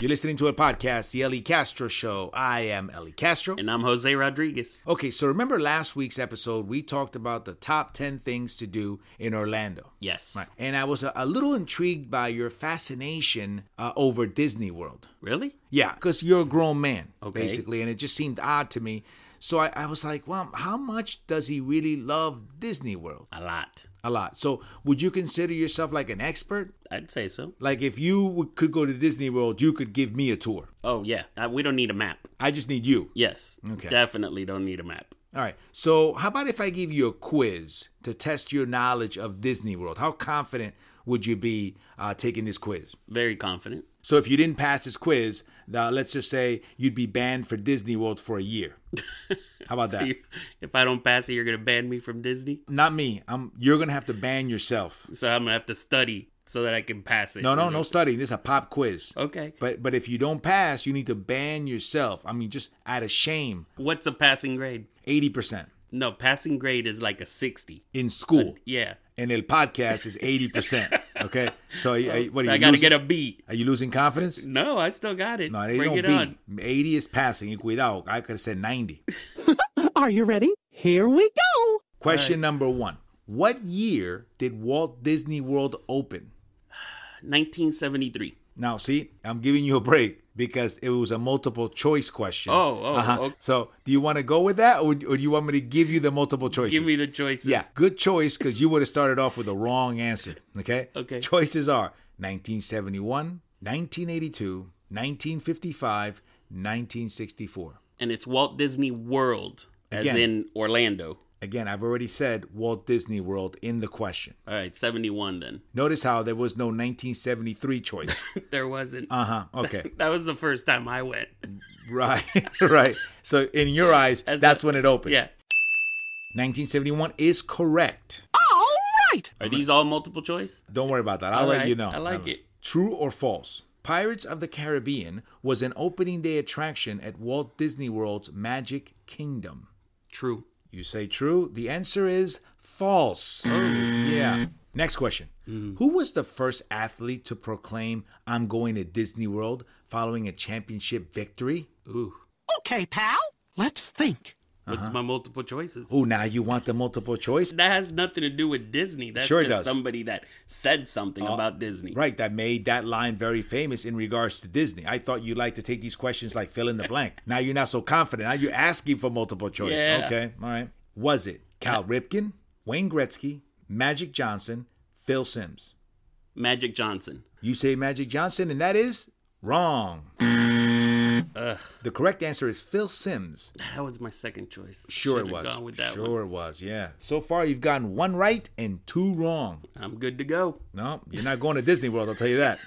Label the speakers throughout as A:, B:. A: You're listening to a podcast, The Ellie Castro Show. I am Ellie Castro.
B: And I'm Jose Rodriguez.
A: Okay, so remember last week's episode, we talked about the top 10 things to do in Orlando.
B: Yes.
A: Right. And I was a, a little intrigued by your fascination uh, over Disney World.
B: Really?
A: Yeah, because you're a grown man,
B: Okay.
A: basically, and it just seemed odd to me. So I, I was like, well, how much does he really love Disney World?
B: A lot.
A: A lot. So would you consider yourself like an expert?
B: I'd say so.
A: Like if you would, could go to Disney World, you could give me a tour.
B: Oh, yeah. Uh, we don't need a map.
A: I just need you.
B: Yes.
A: Okay.
B: Definitely don't need a map.
A: All right. So, how about if I give you a quiz to test your knowledge of Disney World? How confident would you be uh, taking this quiz?
B: Very confident.
A: So, if you didn't pass this quiz, uh, let's just say you'd be banned for Disney World for a year. How about that?
B: See, if I don't pass it, you're going to ban me from Disney.
A: Not me. I'm, you're going to have to ban yourself.
B: So I'm going to have to study so that I can pass it.
A: No, no, no studying. This is a pop quiz.
B: Okay.
A: But but if you don't pass, you need to ban yourself. I mean, just out of shame,
B: What's a passing grade?
A: 80%
B: No, passing grade is like a 60.
A: in school.
B: Yeah.
A: And el podcast is 80%. Okay? So, uh, what
B: So
A: are
B: I
A: you
B: got to
A: losing-
B: get a B.
A: Are you losing confidence?
B: No, I still got it.
A: No, they
B: Bring
A: don't
B: it
A: beat.
B: on.
A: 80 is passing. Y Cuidado. I could have said 90.
C: Are you ready? Here we go.
A: Question number one What year did Walt Disney World open?
B: 1973.
A: Now, see, I'm giving you a break because it was a multiple choice question. Uh-huh.
B: Oh, oh, okay.
A: So, do you want to go with that or, or do you want me to give you the multiple choices?
B: Give me the choices.
A: Yeah, good choice because you would have started off with the wrong answer. Okay?
B: Okay.
A: Choices are 1971, 1982, 1955, 1964.
B: and it's Walt Disney World, as
A: Again.
B: in Orlando.
A: Again, I've already said Walt Disney World in the question.
B: All right, 71 then.
A: Notice how there was no 1973 choice.
B: there wasn't.
A: Uh huh. Okay.
B: that was the first time I went.
A: right. right. So in your eyes,
B: As
A: that's
B: a-
A: when it opened.
B: Yeah.
A: 1971 is correct.
C: All right.
B: Are these all multiple choice?
A: Don't worry about that. I'll
B: All
A: let
B: right.
A: you know.
B: I
A: All
B: like
A: right.
B: it.
A: True or false? Pirates of the Caribbean was an opening day attraction at Walt Disney World's Magic Kingdom.
B: True.
A: You say true. The answer is false.
B: Oh.
A: Yeah. Next question.
B: Hmm.
A: Who was the first athlete to proclaim, I'm going to Disney World following a championship victory?
B: Ooh.
C: Okay, pal. Let's think.
B: What's
A: Uh-huh.
B: my multiple choices?
A: Oh, now you want the multiple choice?
B: That has nothing to do with Disney. That's
A: Sure it
B: just
A: does. Uh,
B: somebody that said something about Disney.
A: Right, that made that line very famous in regards to Disney. I thought you like to take these questions like fill in the blank. Now you're not so confident. Now you're asking for multiple choice.
B: Yeah. Uh,
A: Okay, all right. Was it Cal Ripken, Wayne Gretzky, Magic Johnson, Phil Sims?
B: Magic Johnson.
A: You say Magic Johnson, and that is wrong. The correct answer is Phil Sims.
B: That was my second choice.
A: Sure
B: Should've
A: it was.
B: Gone with that
A: sure
B: one.
A: it was. Yeah. So far you've gotten one right and two wrong.
B: I'm good to go.
A: No, you're not going to Disney World, I'll tell you that.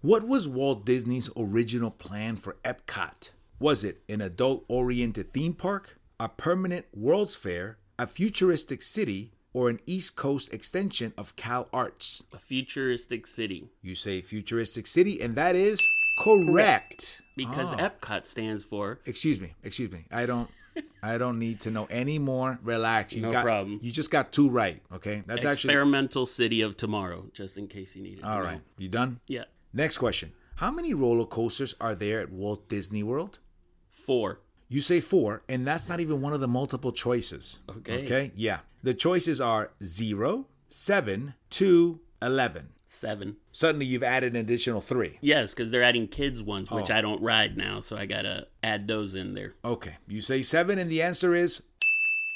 A: What was Walt Disney's original plan for Epcot? Was it an adult oriented theme park, a permanent World's Fair, a futuristic city, or an East Coast extension of Cal Arts?
B: A futuristic city
A: You say futuristic city, and that is correct.
B: because
A: Ah.
B: Epcot stands for
A: excuse me, excuse me. I don't. I don't need to know any more. Relax. You
B: No
A: got,
B: problem.
A: You just got two right. Okay, that's actually
B: Experimental City of Tomorrow, just in case you need it.
A: all right. You done?
B: Yeah.
A: Next question. How many roller coasters are there at Walt Disney World?
B: Four.
A: You say four, and that's not even one of the multiple choices.
B: Okay.
A: Okay. Yeah. The choices are zero, seven, two, eleven.
B: Seven.
A: Suddenly you've added an additional three.
B: Yes, because they're adding kids ones, which
A: Oh.
B: I don't ride now, so I gotta add those in there.
A: Okay. You say seven, and the answer is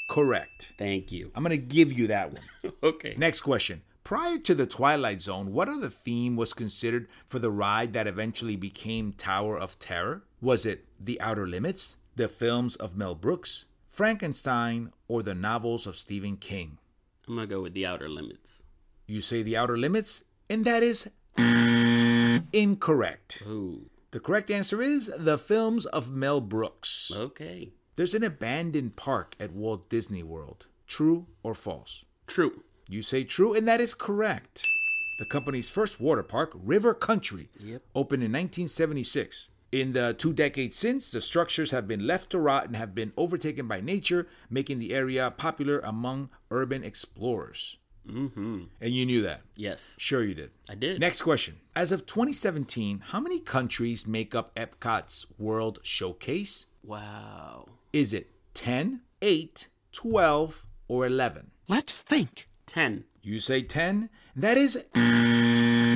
A: correct.
B: Thank you.
A: I'm going to give you that one.
B: okay.
A: Next question. Prior to the Twilight Zone, what other theme was considered for the ride that eventually became Tower of Terror? Was it The Outer Limits, the films of Mel Brooks, Frankenstein, or the novels of Stephen King?
B: I'm gonna go with the outer limits.
A: You say The Outer Limits, and that is incorrect.
B: Ooh.
A: The correct answer is the films of Mel Brooks.
B: Okay.
A: There's an abandoned park at Walt Disney World. True or false?
B: True.
A: You say true, and that is correct. The company's first water park, River Country,
B: Yep.
A: opened in 1976. In the two decades since, the structures have been left to rot and have been overtaken by nature, making the area popular among urban explorers.
B: Mm-hmm.
A: And you knew that.
B: Yes,
A: Sure, you did.
B: I did.
A: Next question. As of 2017, how many countries make up Epcot's World Showcase?
B: Wow.
A: Is it 10, 8, 12, or 11?
C: Let's think.
B: 10.
A: You say 10? That is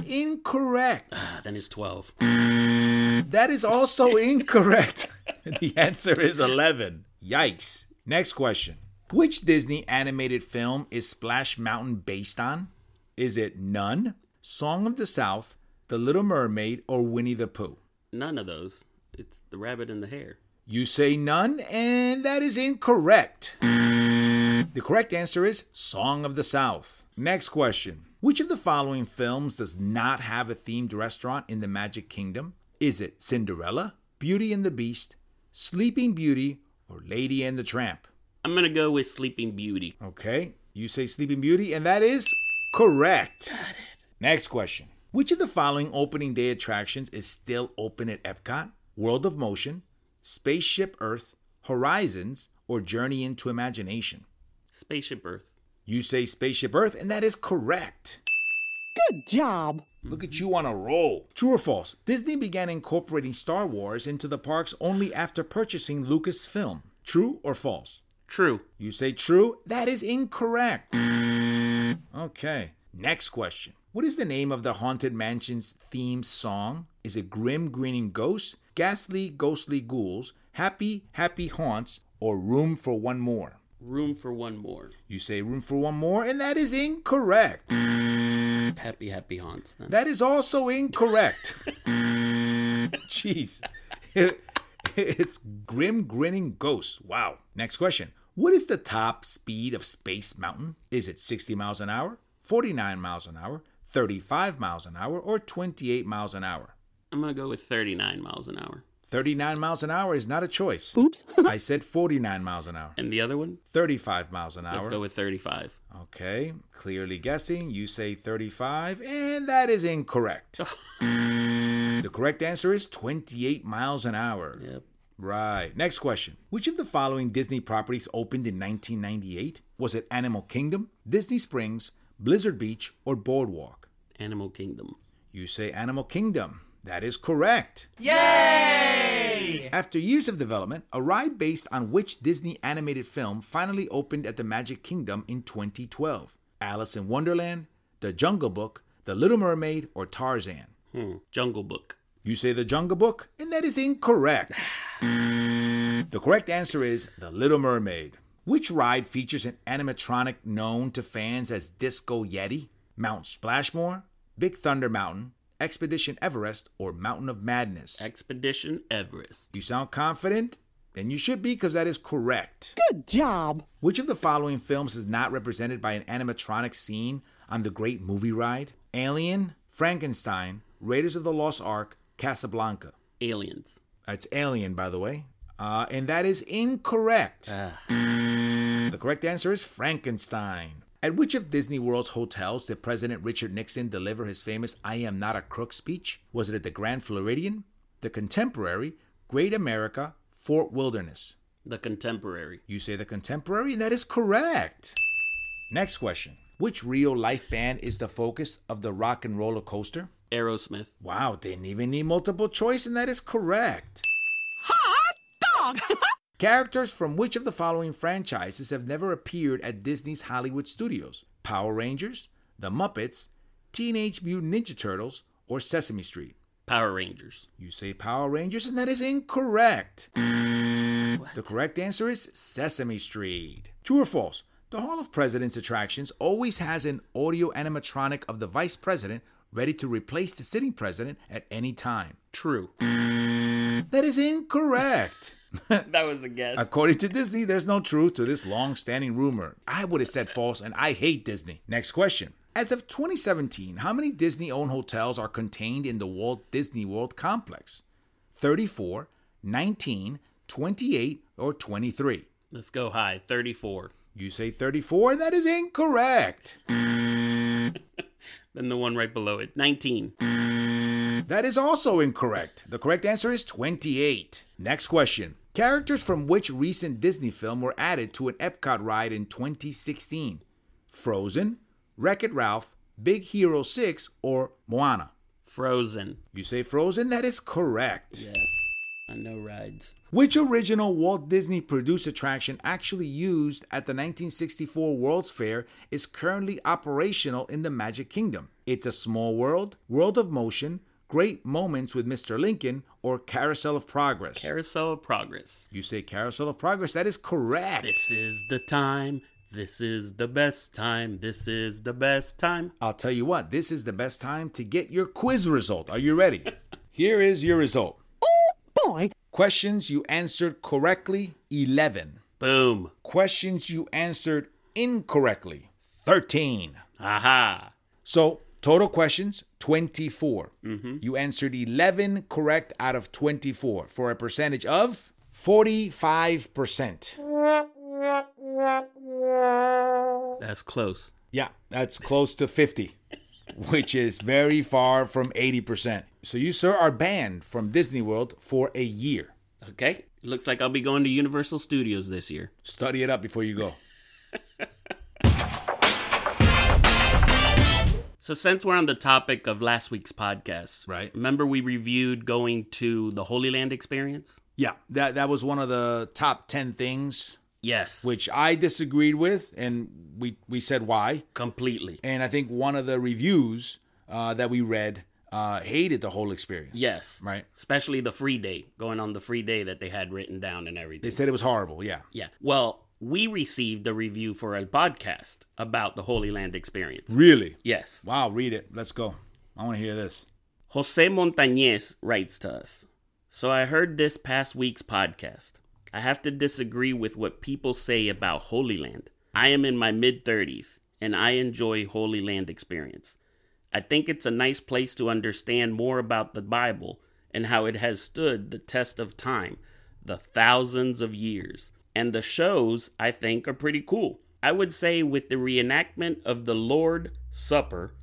A: incorrect.
B: Ah, then it's 12.
A: That is also incorrect. the answer is 11. Yikes. Next question. Which Disney animated film is Splash Mountain based on? Is it None, Song of the South, The Little Mermaid, or Winnie the Pooh?
B: None of those. It's the rabbit and the hare.
A: You say none, and that is incorrect. The correct answer is Song of the South. Next question Which of the following films does not have a themed restaurant in the Magic Kingdom? Is it Cinderella, Beauty and the Beast, Sleeping Beauty, or Lady and the Tramp?
B: I'm going to go with Sleeping Beauty.
A: Okay, you say Sleeping Beauty, and that is correct. Next question. Which of the following opening day attractions is still open at Epcot? World of Motion, Spaceship Earth, Horizons, or Journey into Imagination?
B: Spaceship Earth.
A: You say Spaceship Earth, and that is correct.
C: Good job.
A: Look at you on a roll. True or false? Disney began incorporating Star Wars into the parks only after purchasing Lucasfilm. True or false?
B: True.
A: You say true? That is incorrect. Okay. Next question. What is the name of the Haunted Mansion's theme song? Is it Grim Grinning Ghosts, Ghastly Ghostly Ghouls, Happy Happy Haunts, or Room for One More?
B: Room for one more.
A: You say Room for One More, and that is incorrect.
B: Happy, happy haunts then.
A: That is also incorrect. Jeez. it's grim grinning ghosts. Wow. Next question. What is the top speed of Space Mountain? Is it 60 miles an hour, 49 miles an hour, 35 miles an hour, or 28 miles an hour?
B: I'm going to go with 39 miles an hour.
A: 39 miles an hour is not a choice.
C: Oops.
A: I said 49 miles an hour,
B: And the other one?
A: 35 miles an hour.
B: Let's go with 35.
A: Okay, clearly guessing. You say 35, and that is incorrect. the correct answer is 28 miles an hour.
B: Yep.
A: Right. Next question. Which of the following Disney properties opened in 1998? Was it Animal Kingdom, Disney Springs, Blizzard Beach, or Boardwalk?
B: Animal Kingdom.
A: You say Animal Kingdom. That is correct. Yay! After years of development, a ride based on which Disney animated film finally opened at the Magic Kingdom in 2012? Alice in Wonderland, The Jungle Book, The Little Mermaid, or Tarzan?
B: Hmm. Jungle Book.
A: You say The Jungle Book, and that is incorrect. the correct answer is The Little Mermaid. Which ride features an animatronic known to fans as Disco Yeti? Mount Splashmore, Big Thunder Mountain, Expedition Everest, or Mountain of Madness?
B: Expedition Everest.
A: you sound confident? And you should be because that is correct.
C: Good job.
A: Which of the following films is not represented by an animatronic scene on the Great Movie Ride? Alien, Frankenstein, Raiders of the Lost Ark, Casablanca.
B: Aliens.
A: It's Alien, by the way. Uh, and that is incorrect. The correct answer is Frankenstein. At which of Disney World's hotels did President Richard Nixon deliver his famous I Am Not a Crook speech? Was it at the Grand Floridian, the Contemporary, Great America, Fort Wilderness?
B: The Contemporary.
A: You say the Contemporary, and that is correct. Next question Which real life band is the focus of the rock and roller coaster?
B: Aerosmith.
A: Wow, didn't even need multiple choice, and that is correct.
C: Hot dog.
A: Characters from which of the following franchises have never appeared at Disney's Hollywood studios? Power Rangers, The Muppets, Teenage Mutant Ninja Turtles, or Sesame Street?
B: Power Rangers.
A: You say Power Rangers, and that is incorrect. The correct answer is Sesame Street. True or false? The Hall of Presidents attractions always has an audio animatronic of the vice president ready to replace the sitting president at any time.
B: True.
A: That is incorrect.
B: that was a guess.
A: According to Disney, there's no truth to this long standing rumor. I would have said false, and I hate Disney. Next question. As of 2017, how many Disney owned hotels are contained in the Walt Disney World complex? 34, 19, 28, or 23?
B: Let's go high. 34.
A: You say 34, and that is incorrect.
B: Then the one right below it. 19.
A: That is also incorrect. The correct answer is 28. Next question. Characters from which recent Disney film were added to an Epcot ride in 2016? Frozen, Wreck It Ralph, Big Hero 6, or Moana?
B: Frozen.
A: You say Frozen? That is correct.
B: Yes. I know rides.
A: Which original Walt Disney produced attraction actually used at the 1964 World's Fair is currently operational in the Magic Kingdom? It's a small world, world of motion, great moments with Mr. Lincoln, or Carousel of Progress.
B: Carousel of Progress.
A: you say Carousel of Progress, that is correct.
B: This is the time. This is the best time. This is the best time.
A: I'll tell you what, this is the best time to get your quiz result. Are you ready? Here is your result.
C: Oh, boy.
A: Questions you answered correctly 11.
B: Boom.
A: Questions you answered incorrectly 13.
B: Aha.
A: So, total questions 24. You answered 11 correct out of 24 for a percentage of 45%.
B: That's close.
A: Yeah, that's close to 50, which is very far from 80%. So, you, sir, are banned from Disney World for a year.
B: Okay. Looks like I'll be going to Universal Studios this year.
A: Study it up before you go.
B: So, since we're on the topic of last week's podcast,
A: Right.
B: Remember, we reviewed going to the Holy Land experience?
A: Yeah, that, that was one of the top 10 things
B: Yes.
A: which I disagreed with, and we, we said why.
B: completely.
A: and I think one of the reviews uh, that we read uh, hated the whole experience.
B: Yes.
A: Right.
B: Especially the free day, going on the free day that they had written down and
A: They
B: everything.
A: said it was horrible. Yeah.
B: yeah. Well, we received a review for a podcast about the Holy Land experience.
A: Really?
B: Yes.
A: Wow. Read it. Let's go. I want to hear this.
B: Jose Montañez writes to us So I heard this past week's podcast. I have to disagree with what people say about Holy Land. I am in my mid 30s and I enjoy Holy Land experience. I think it's a nice place to understand more about the Bible and how it has stood the test of time, the thousands of years. And the shows, I think, are pretty cool. I would say, with the reenactment of the Lord Supper,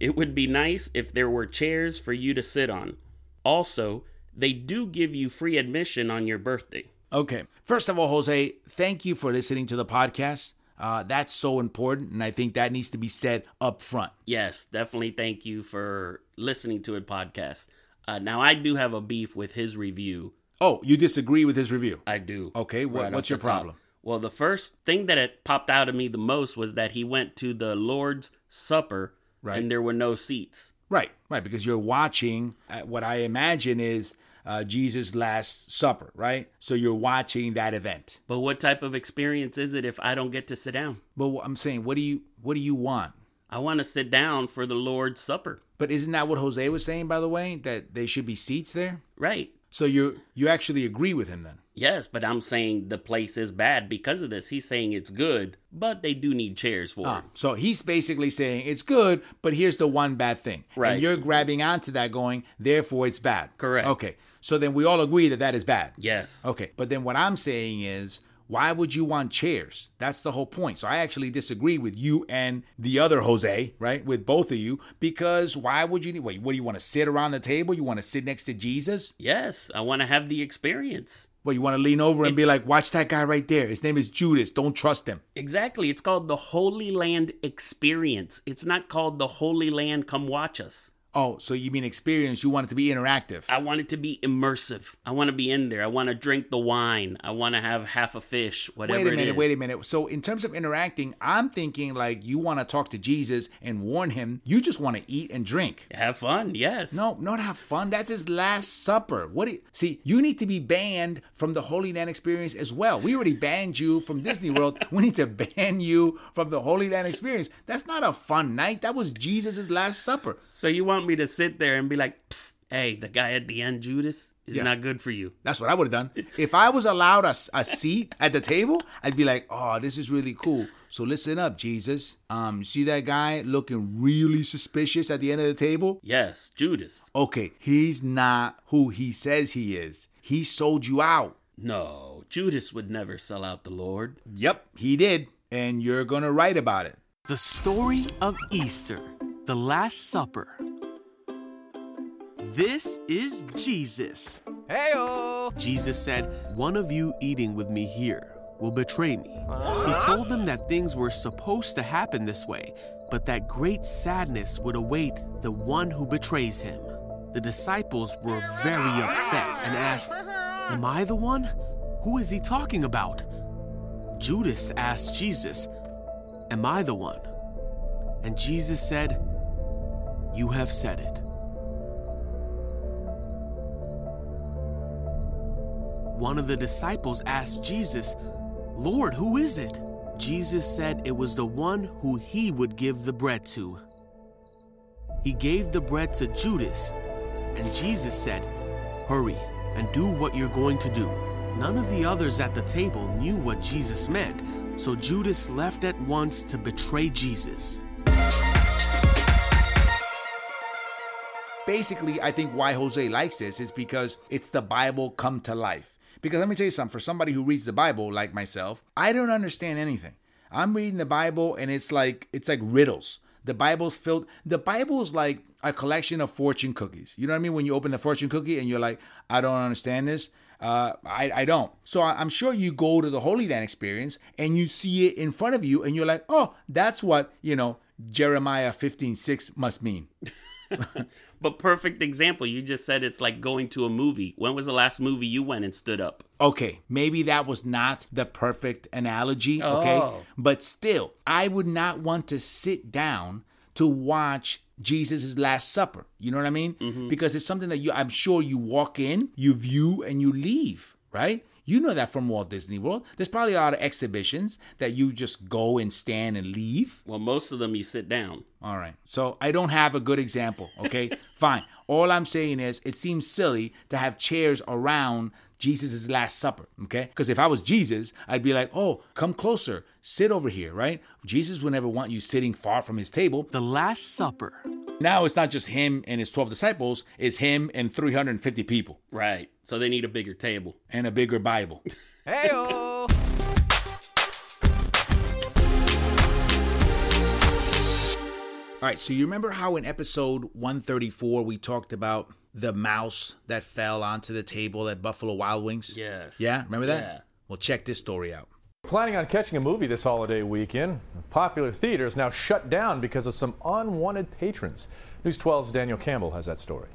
B: it would be nice if there were chairs for you to sit on. Also, they do give you free admission on your birthday.
A: Okay. First of all, Jose, thank you for listening to the podcast. Uh, that's so important, and I think that needs to be said up front.
B: Yes, definitely thank you for listening to it podcast. Uh, now I do have a beef with his review.
A: Oh, you disagree with his review?
B: I do.
A: Okay, what-
B: off
A: what's
B: the
A: your problem?
B: Well, the first thing that it popped out of me the most was that he went to the Lord's Supper
A: Right.
B: and there were no seats.
A: Right, right, because you're watching uh, what I imagine is uh, Jesus' Last Supper, right? So you're watching that event.
B: But what type of experience is it if I don't get to sit down?
A: But wh- I'm saying, what do you what do you want?
B: I want to sit down for the Lord's Supper.
A: But isn't that what Jose was saying, by the way, that they should be seats there?
B: Right.
A: So you you actually agree with him then?
B: Yes, but I'm saying the place is bad because of this. He's saying it's good, but they do need chairs for
A: Ah,
B: it.
A: so he's basically saying it's good, but here's the one bad thing,
B: Right.
A: And you're grabbing onto that, going, therefore it's bad.
B: Correct.
A: Okay. So then we all agree that that is bad.
B: Yes.
A: Okay. But then what I'm saying is, why would you want chairs? That's the whole point. So I actually disagree with you and the other Jose, right? With both of you, because why would you need? Wait, what do you want to sit around the table? You want to sit next to Jesus?
B: Yes, I want to have the experience.
A: Well, you want to lean over and be like, watch that guy right there. His name is Judas. Don't trust him.
B: Exactly. It's called the Holy Land Experience. It's not called the Holy Land Come Watch Us.
A: Oh, so you mean experience? You want it to be interactive.
B: I want it to be immersive. I want to be in there. I want to drink the wine. I want to have half a fish, whatever
A: wait a
B: it
A: minute,
B: is.
A: wait a minute. So, in terms of interacting, I'm thinking like you want to talk to Jesus and warn him. You just want to eat and drink.
B: Have fun. Yes.
A: No, not have fun. That's his last supper. What? Do you, see, you need to be banned from the Holy Land experience as well. We already banned you from Disney World. we need to ban you from the Holy Land experience. That's not a fun night. That was Jesus' last supper.
B: So you want me to sit there and be like, Psst, hey, the guy at the end, Judas, is
A: Yeah.
B: not good for you.
A: That's what I would have done. If I was allowed a, a seat at the table, I'd be like, oh, this is really cool. So listen up, Jesus. Um, you see that guy looking really suspicious at the end of the table?
B: Yes, Judas.
A: Okay, he's not who he says he is. He sold you out.
B: No, Judas would never sell out the Lord.
A: Yep, he did. And you're going to write about it.
D: The story of Easter, the Last Supper. This is Jesus. Hey, Jesus said, One of you eating with me here will betray me. He told them that things were supposed to happen this way, but that great sadness would await the one who betrays him. The disciples were very upset and asked, Am I the one? Who is he talking about? Judas asked Jesus, Am I the one? And Jesus said, You have said it. One of the disciples asked Jesus, Lord, who is it? Jesus said it was the one who he would give the bread to. He gave the bread to Judas, and Jesus said, Hurry and do what you're going to do. None of the others at the table knew what Jesus meant, so Judas left at once to betray Jesus.
A: Basically, I think why Jose likes this is because it's the Bible come to life. Because let me tell you something, for somebody who reads the Bible like myself, I don't understand anything. I'm reading the Bible and it's like it's like riddles. The Bible's filled the Bible's like a collection of fortune cookies. You know what I mean? When you open the fortune cookie and you're like, I don't understand this. Uh, I, I don't. So I- I'm sure you go to the Holy Land experience and you see it in front of you and you're like, oh, that's what, you know, Jeremiah 15 6 must mean.
B: But perfect example, you just said it's like going to a movie. When was the last movie you went and stood up?
A: Okay, maybe that was not the perfect analogy, okay?
B: Oh.
A: But still, I would not want to sit down to watch Jesus' Last Supper. You know what I mean? Because it's something that you I'm sure you walk in, you view and you leave, right? You know that from Walt Disney World. There's probably a lot of exhibitions that you just go and stand and leave.
B: Well, most of them you sit down.
A: All right. So I don't have a good example. Okay. Fine. All I'm saying is it seems silly to have chairs around Jesus' Last Supper. Okay. Because if I was Jesus, I'd be like, oh, come closer. Sit over here, right? Jesus would never want you sitting far from his table.
D: The Last Supper.
A: Now it's not just him and his 12 disciples, it's him and 350 people
B: Right. So they need a bigger table.
A: and a bigger Bible. All right, so you remember how in episode 134 we talked about the mouse that fell onto the table at Buffalo Wild Wings?
B: Yes.
A: Yeah, remember that?
B: Yeah.
A: Well, check this story out.
E: Planning on catching a movie this holiday weekend. Popular theater is now shut down because of some unwanted patrons. News 12's Daniel Campbell has that story.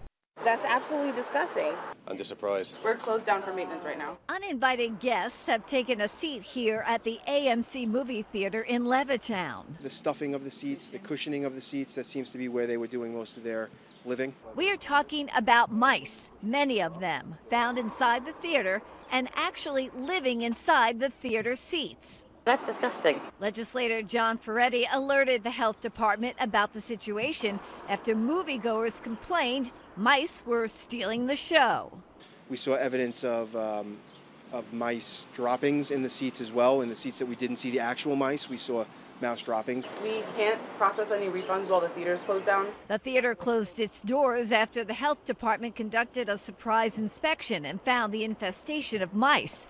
F: That's absolutely disgusting.
G: I'm just surprised.
F: We're closed down for maintenance right now.
H: Uninvited guests have taken a seat here at the AMC Movie Theater in Levittown.
G: The stuffing of the seats, the cushioning of the seats, that seems to be where they were doing most of their living.
H: We are talking about mice, many of them found inside the theater and actually living inside the theater seats.
F: That's disgusting.
H: Legislator John Ferretti alerted the health department about the situation after moviegoers complained mice were stealing the show.
G: We saw evidence of, um, of mice droppings in the seats as well. In the seats that we didn't see the actual mice, we saw mouse droppings.
F: We can't process any refunds while the theater's closed down.
H: The theater closed its doors after the health department conducted a surprise inspection and found the infestation of mice.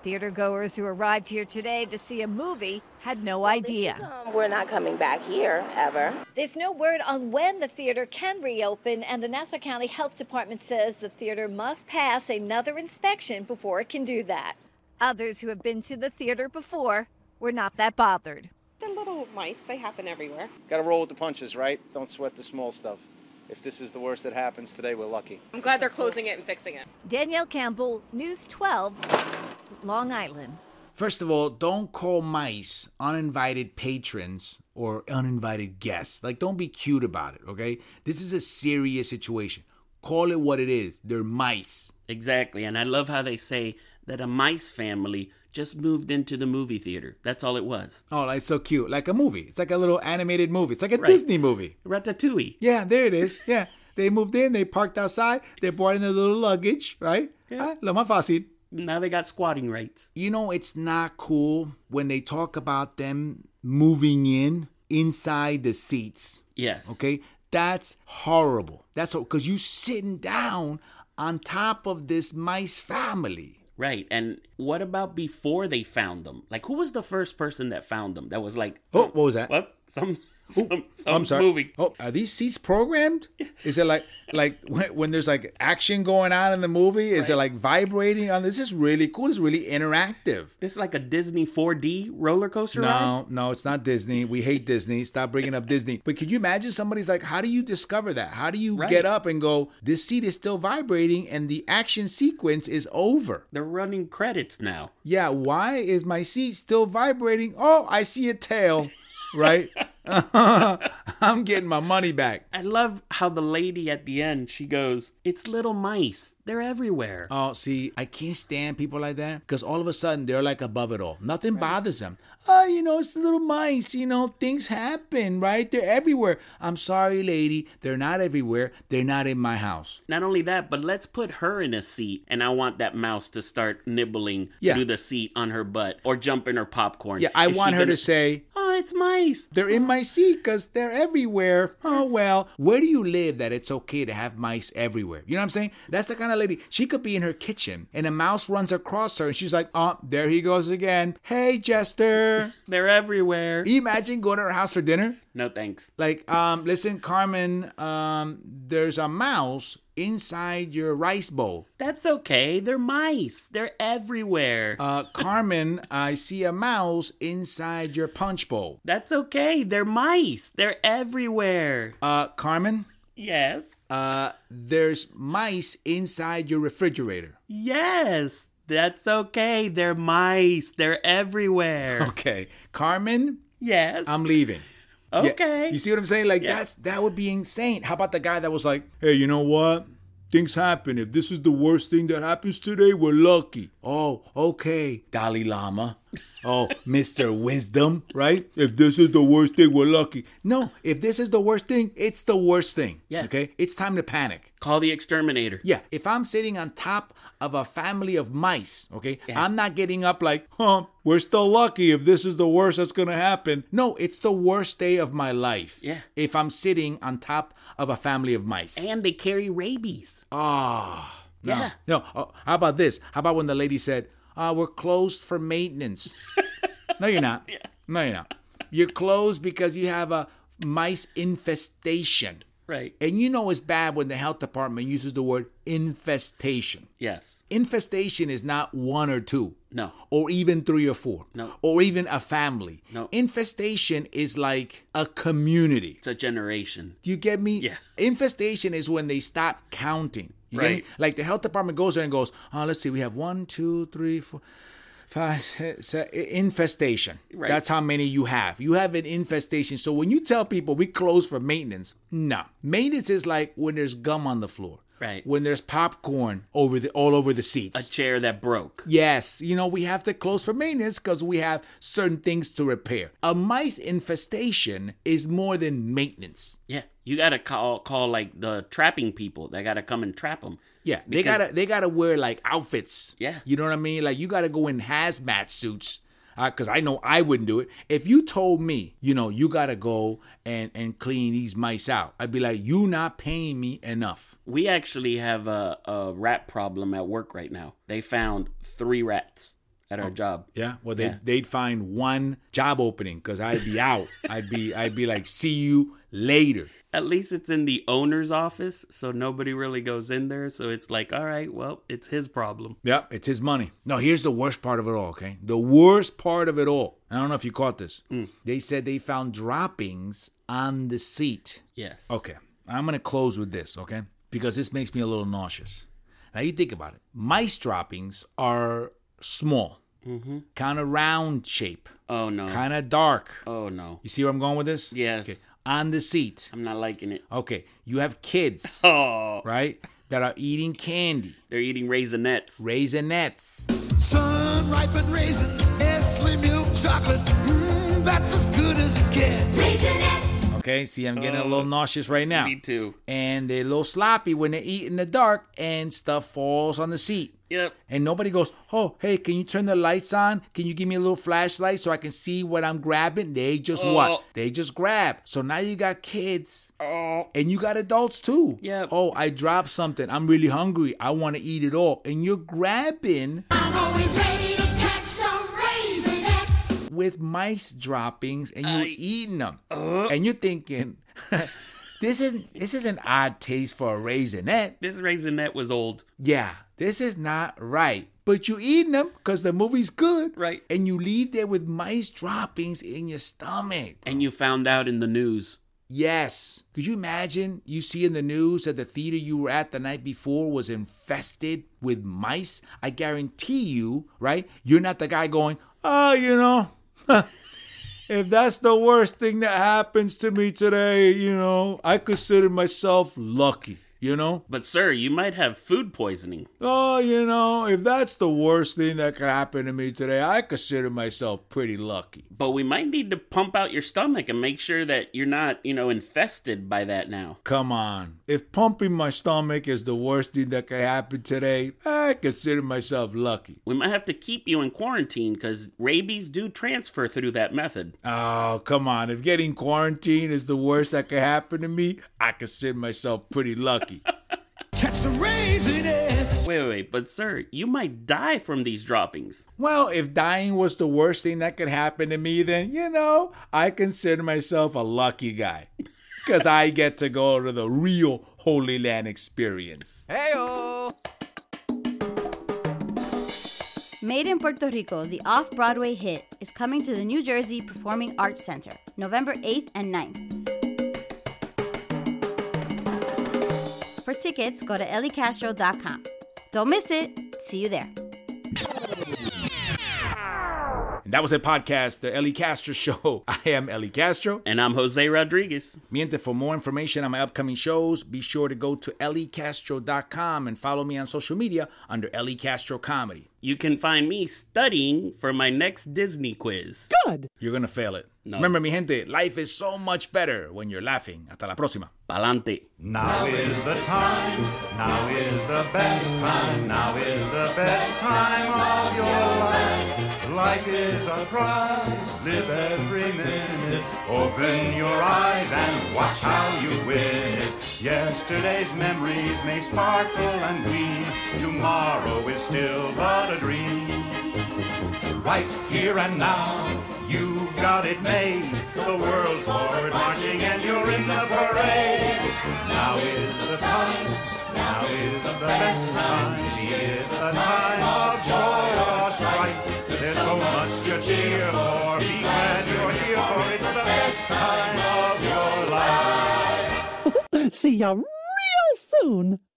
H: Theater goers who arrived here today to see a movie had no idea.
I: We're not coming back here ever.
H: There's no word on when the theater can reopen, and the Nassau County Health Department says the theater must pass another inspection before it can do that. Others who have been to the theater before were not that bothered.
F: They're little mice, they happen everywhere.
G: Got to roll with the punches, right? Don't sweat the small stuff. If this is the worst that happens today, we're lucky.
F: I'm glad they're closing it and fixing it.
H: Danielle Campbell, News 12, Long Island.
A: First of all, don't call mice uninvited patrons or uninvited guests. Like, don't be cute about it, okay? This is a serious situation. Call it what it is. They're mice.
B: Exactly. And I love how they say that a mice family just moved into the movie theater. That's all it was.
A: Oh, like so cute. Like a movie. It's like a little animated movie. It's like a
B: Right.
A: Disney movie.
B: Ratatouille.
A: Yeah, there it is. Yeah. They moved in, they parked outside, they brought in their little luggage, right? Yeah. Lo más fácil.
B: Now they got squatting rights.
A: You know, it's not cool when they talk about them moving in inside the seats.
B: Yes.
A: Okay? That's horrible. That's because you sitting down on top of this mice family.
B: Right. And what about before they found them? Like, who was the first person that found them that was like,
A: Oh, what was that?
B: What? Some some, some
A: I'm sorry.
B: movie.
A: Oh, are these seats programmed? Is it like like when, when there's like action going on in the movie? Is it like vibrating on? This is really cool. It's really interactive.
B: This is like a Disney 4D roller coaster ride.
A: No, no, it's not Disney. We hate Disney. Stop bringing up Disney. But could you imagine somebody's like, how do you discover that? How do you
B: Right.
A: get up and go, this seat is still vibrating and the action sequence is over?
B: They're running credits now.
A: Yeah, why is my seat still vibrating? Oh, I see a tail, right? I'm getting my money back.
B: I love how the lady at the end she goes, "It's little mice. They're everywhere."
A: Oh, see, I can't stand people like that because all of a sudden they're like above it all. Nothing bothers them. Oh, you know, it's the little mice. You know, things happen, right? They're everywhere. I'm sorry, lady. They're not everywhere. They're not in my house.
B: Not only that, but let's put her in a seat, and I want that mouse to start nibbling
A: Yeah.
B: through the seat on her butt or jumping her popcorn.
A: Yeah, I
B: Is she
A: want her to
B: gonna-
A: say,
B: "Oh, it's mice."
A: they're in my seat because they're everywhere. Oh, well, where do you live that it's okay to have mice everywhere? You know what I'm saying? That's the kind of lady, she could be in her kitchen and a mouse runs across her and she's like, oh, there he goes again. Hey, Jester.
B: They're everywhere.
A: Imagine going to her house for dinner.
B: No thanks.
A: Like, um, listen, Carmen, um, there's a mouse inside your rice bowl.
B: That's okay. They're mice. They're everywhere.
A: Uh, Carmen, I see a mouse inside your punch bowl.
B: That's okay. They're mice. They're everywhere.
A: Uh, Carmen,
B: Yes.
A: uh, there's mice inside your refrigerator.
B: Yes. That's okay. They're mice. They're
A: Uh,
B: everywhere.
A: Okay, Carmen,
B: Yes.
A: I'm leaving. Yeah,
B: okay.
A: you see what I'm saying? Like
B: Yeah.
A: that's that would be insane. How about the guy that was like, "Hey, you know what? Things happen. If this is the worst thing that happens today, we're lucky." Oh, okay, Dalai Lama. Oh, Mr. Wisdom, right? If this is the worst thing, we're lucky. No, if this is the worst thing, it's the worst thing.
B: Yeah.
A: Okay? It's time to panic.
B: Call the exterminator.
A: Yeah, if I'm sitting on top of a family of mice, okay, I'm not getting up like, huh, we're still lucky if this is the worst that's gonna happen. No, it's the worst day of my life.
B: Yeah.
A: If I'm sitting on top of a family of mice.
B: And they carry rabies.
A: Ah. no.
B: Yeah.
A: No. Oh, how about this? How about when the lady said, uh, we're closed for maintenance? no, you're not. No, you're not. You're closed because you have a mice infestation.
B: Right.
A: And you know it's bad when the health department uses the word infestation.
B: Yes.
A: Infestation is not one or two.
B: No.
A: Or even three or four.
B: No.
A: Or even a family.
B: No.
A: Infestation is like a community.
B: It's a generation.
A: Do you get me?
B: Yeah.
A: Infestation is when they stop counting. You
B: Right.
A: get me? Like the health department goes there and goes, oh, let's see, we have one, two, three, four, five, six, se- infestation.
B: Right.
A: That's how many you have. You have an infestation. So when you tell people we close for maintenance, no. Maintenance is like when there's gum on the floor.
B: Right.
A: When there's popcorn over the all over the seats.
B: A chair that broke.
A: Yes, you know, we have to close for maintenance because we have certain things to repair. A mice infestation is more than maintenance.
B: Yeah. You got to call call like the trapping people. They got to come and trap them.
A: Yeah, they
B: Because-
A: gotta they gotta wear like outfits.
B: Yeah.
A: you know what I mean. Like you gotta go in hazmat suits. Because I know I wouldn't do it. If you told me, you know, you gotta go and and clean these mice out, I'd be like, you not paying me enough.
B: We actually have a, a rat problem at work right now. They found three rats at our job.
A: Yeah. Well, they would they'd find one job opening because I'd be out. I'd be I'd be like, see you later.
B: At least it's in the owner's office, so nobody really goes in there. So it's like, all right, well, it's his problem.
A: Yep, it's his money. No, here's the worst part of it all, okay? The worst part of it all. I don't know if you caught this.
B: Mm.
A: They said they found droppings on the seat.
B: Yes.
A: Okay, I'm gonna close with this, okay? Because this makes me a little nauseous. Now you think about it. Mice droppings are small,
B: Mm-hmm.
A: kind of round shape,
B: Oh no.
A: kind of dark.
B: oh no.
A: You see where I'm going with this?
B: Yes.
A: Okay. On the seat.
B: I'm not liking it.
A: Okay, you have kids,
B: Oh,
A: right? That are eating candy,
B: they're eating raisinettes.
A: raisinets.
C: Sun ripened raisins, Nestle milk chocolate. Mmm, that's as good as it gets.
A: Okay, see, I'm getting a little nauseous right now.
B: Oh. Me too.
A: And they're a little sloppy when they eat in the dark and stuff falls on the seat.
B: Yep.
A: And nobody goes, oh, hey, can you turn the lights on? Can you give me a little flashlight so I can see what I'm grabbing? They just what?
B: Oh.
A: They just grab. So now you got kids
B: Oh.
A: and you got adults too.
B: Yep.
A: Oh, I dropped something. I'm really hungry. I want to eat it all. And you're grabbing
J: I'm always ready to catch some raisinets.
A: with mice droppings and you were
B: I- Uh.
A: eating them. and you're thinking, this is this is an odd taste for a raisinette.
B: This raisinette was old.
A: Yeah, this is not right. But you eating them because the movie's good.
B: Right.
A: And you leave there with mice droppings in your stomach.
B: And you found out in the news.
A: Yes. Could you imagine you see in the news that the theater you were at the night before was infested with mice? I guarantee you, right? You're not the guy going, oh, you know, if that's the worst thing that happens to me today, you know, I consider myself lucky, you know?
B: But, sir, you might have food poisoning.
A: Oh, you know, if that's the worst thing that could happen to me today, I consider myself pretty lucky.
B: But we might need to pump out your stomach and make sure that you're not, you know, infested by that now.
A: Come on. If pumping my stomach is the worst thing that could happen today, I consider myself lucky.
B: We might have to keep you in quarantine because rabies do transfer through that method. Uh,
A: Oh, come on. If getting quarantined is the worst that could happen to me, I consider myself pretty lucky.
C: Catch a raisinets.
B: Wait, wait, wait, but sir, you might die from these droppings.
A: well, if dying was the worst thing that could happen to me, then, you know, I consider myself a lucky guy. Because I get to go to the real Holy Land experience.
J: Made in Puerto Rico, the off Broadway hit, is coming to the New Jersey Performing Arts Center November 8th and 9th. For tickets, go to E elliecastro.com. Don't miss it. See you there.
A: And that was a podcast, The Ellie Castro Show. I am Ellie Castro.
B: And I'm Jose Rodriguez.
A: Miente, for more information on my upcoming shows, be sure to go to lecastro.com and follow me on social media under Ellie Castro Comedy.
B: You can find me studying for my next Disney quiz.
A: You're going to fail it.
B: No.
A: Remember, mi gente, life is so much better when you're laughing. Hasta la próxima.
B: Palante.
C: Now is the time. Now is the best time. Now is the best time of your life. Life is a prize. Live every minute. Open your eyes and watch how you win it. Yesterday's memories may sparkle and gleam. Tomorrow is still but a dream right here and now. You've got it made. The world's forward marching and you're in the parade. Now is the time. Now is the best time. Be it the time of joy or strife. There's so much to cheer for. Be glad you're here for it's the best time of your life.
K: See ya real soon.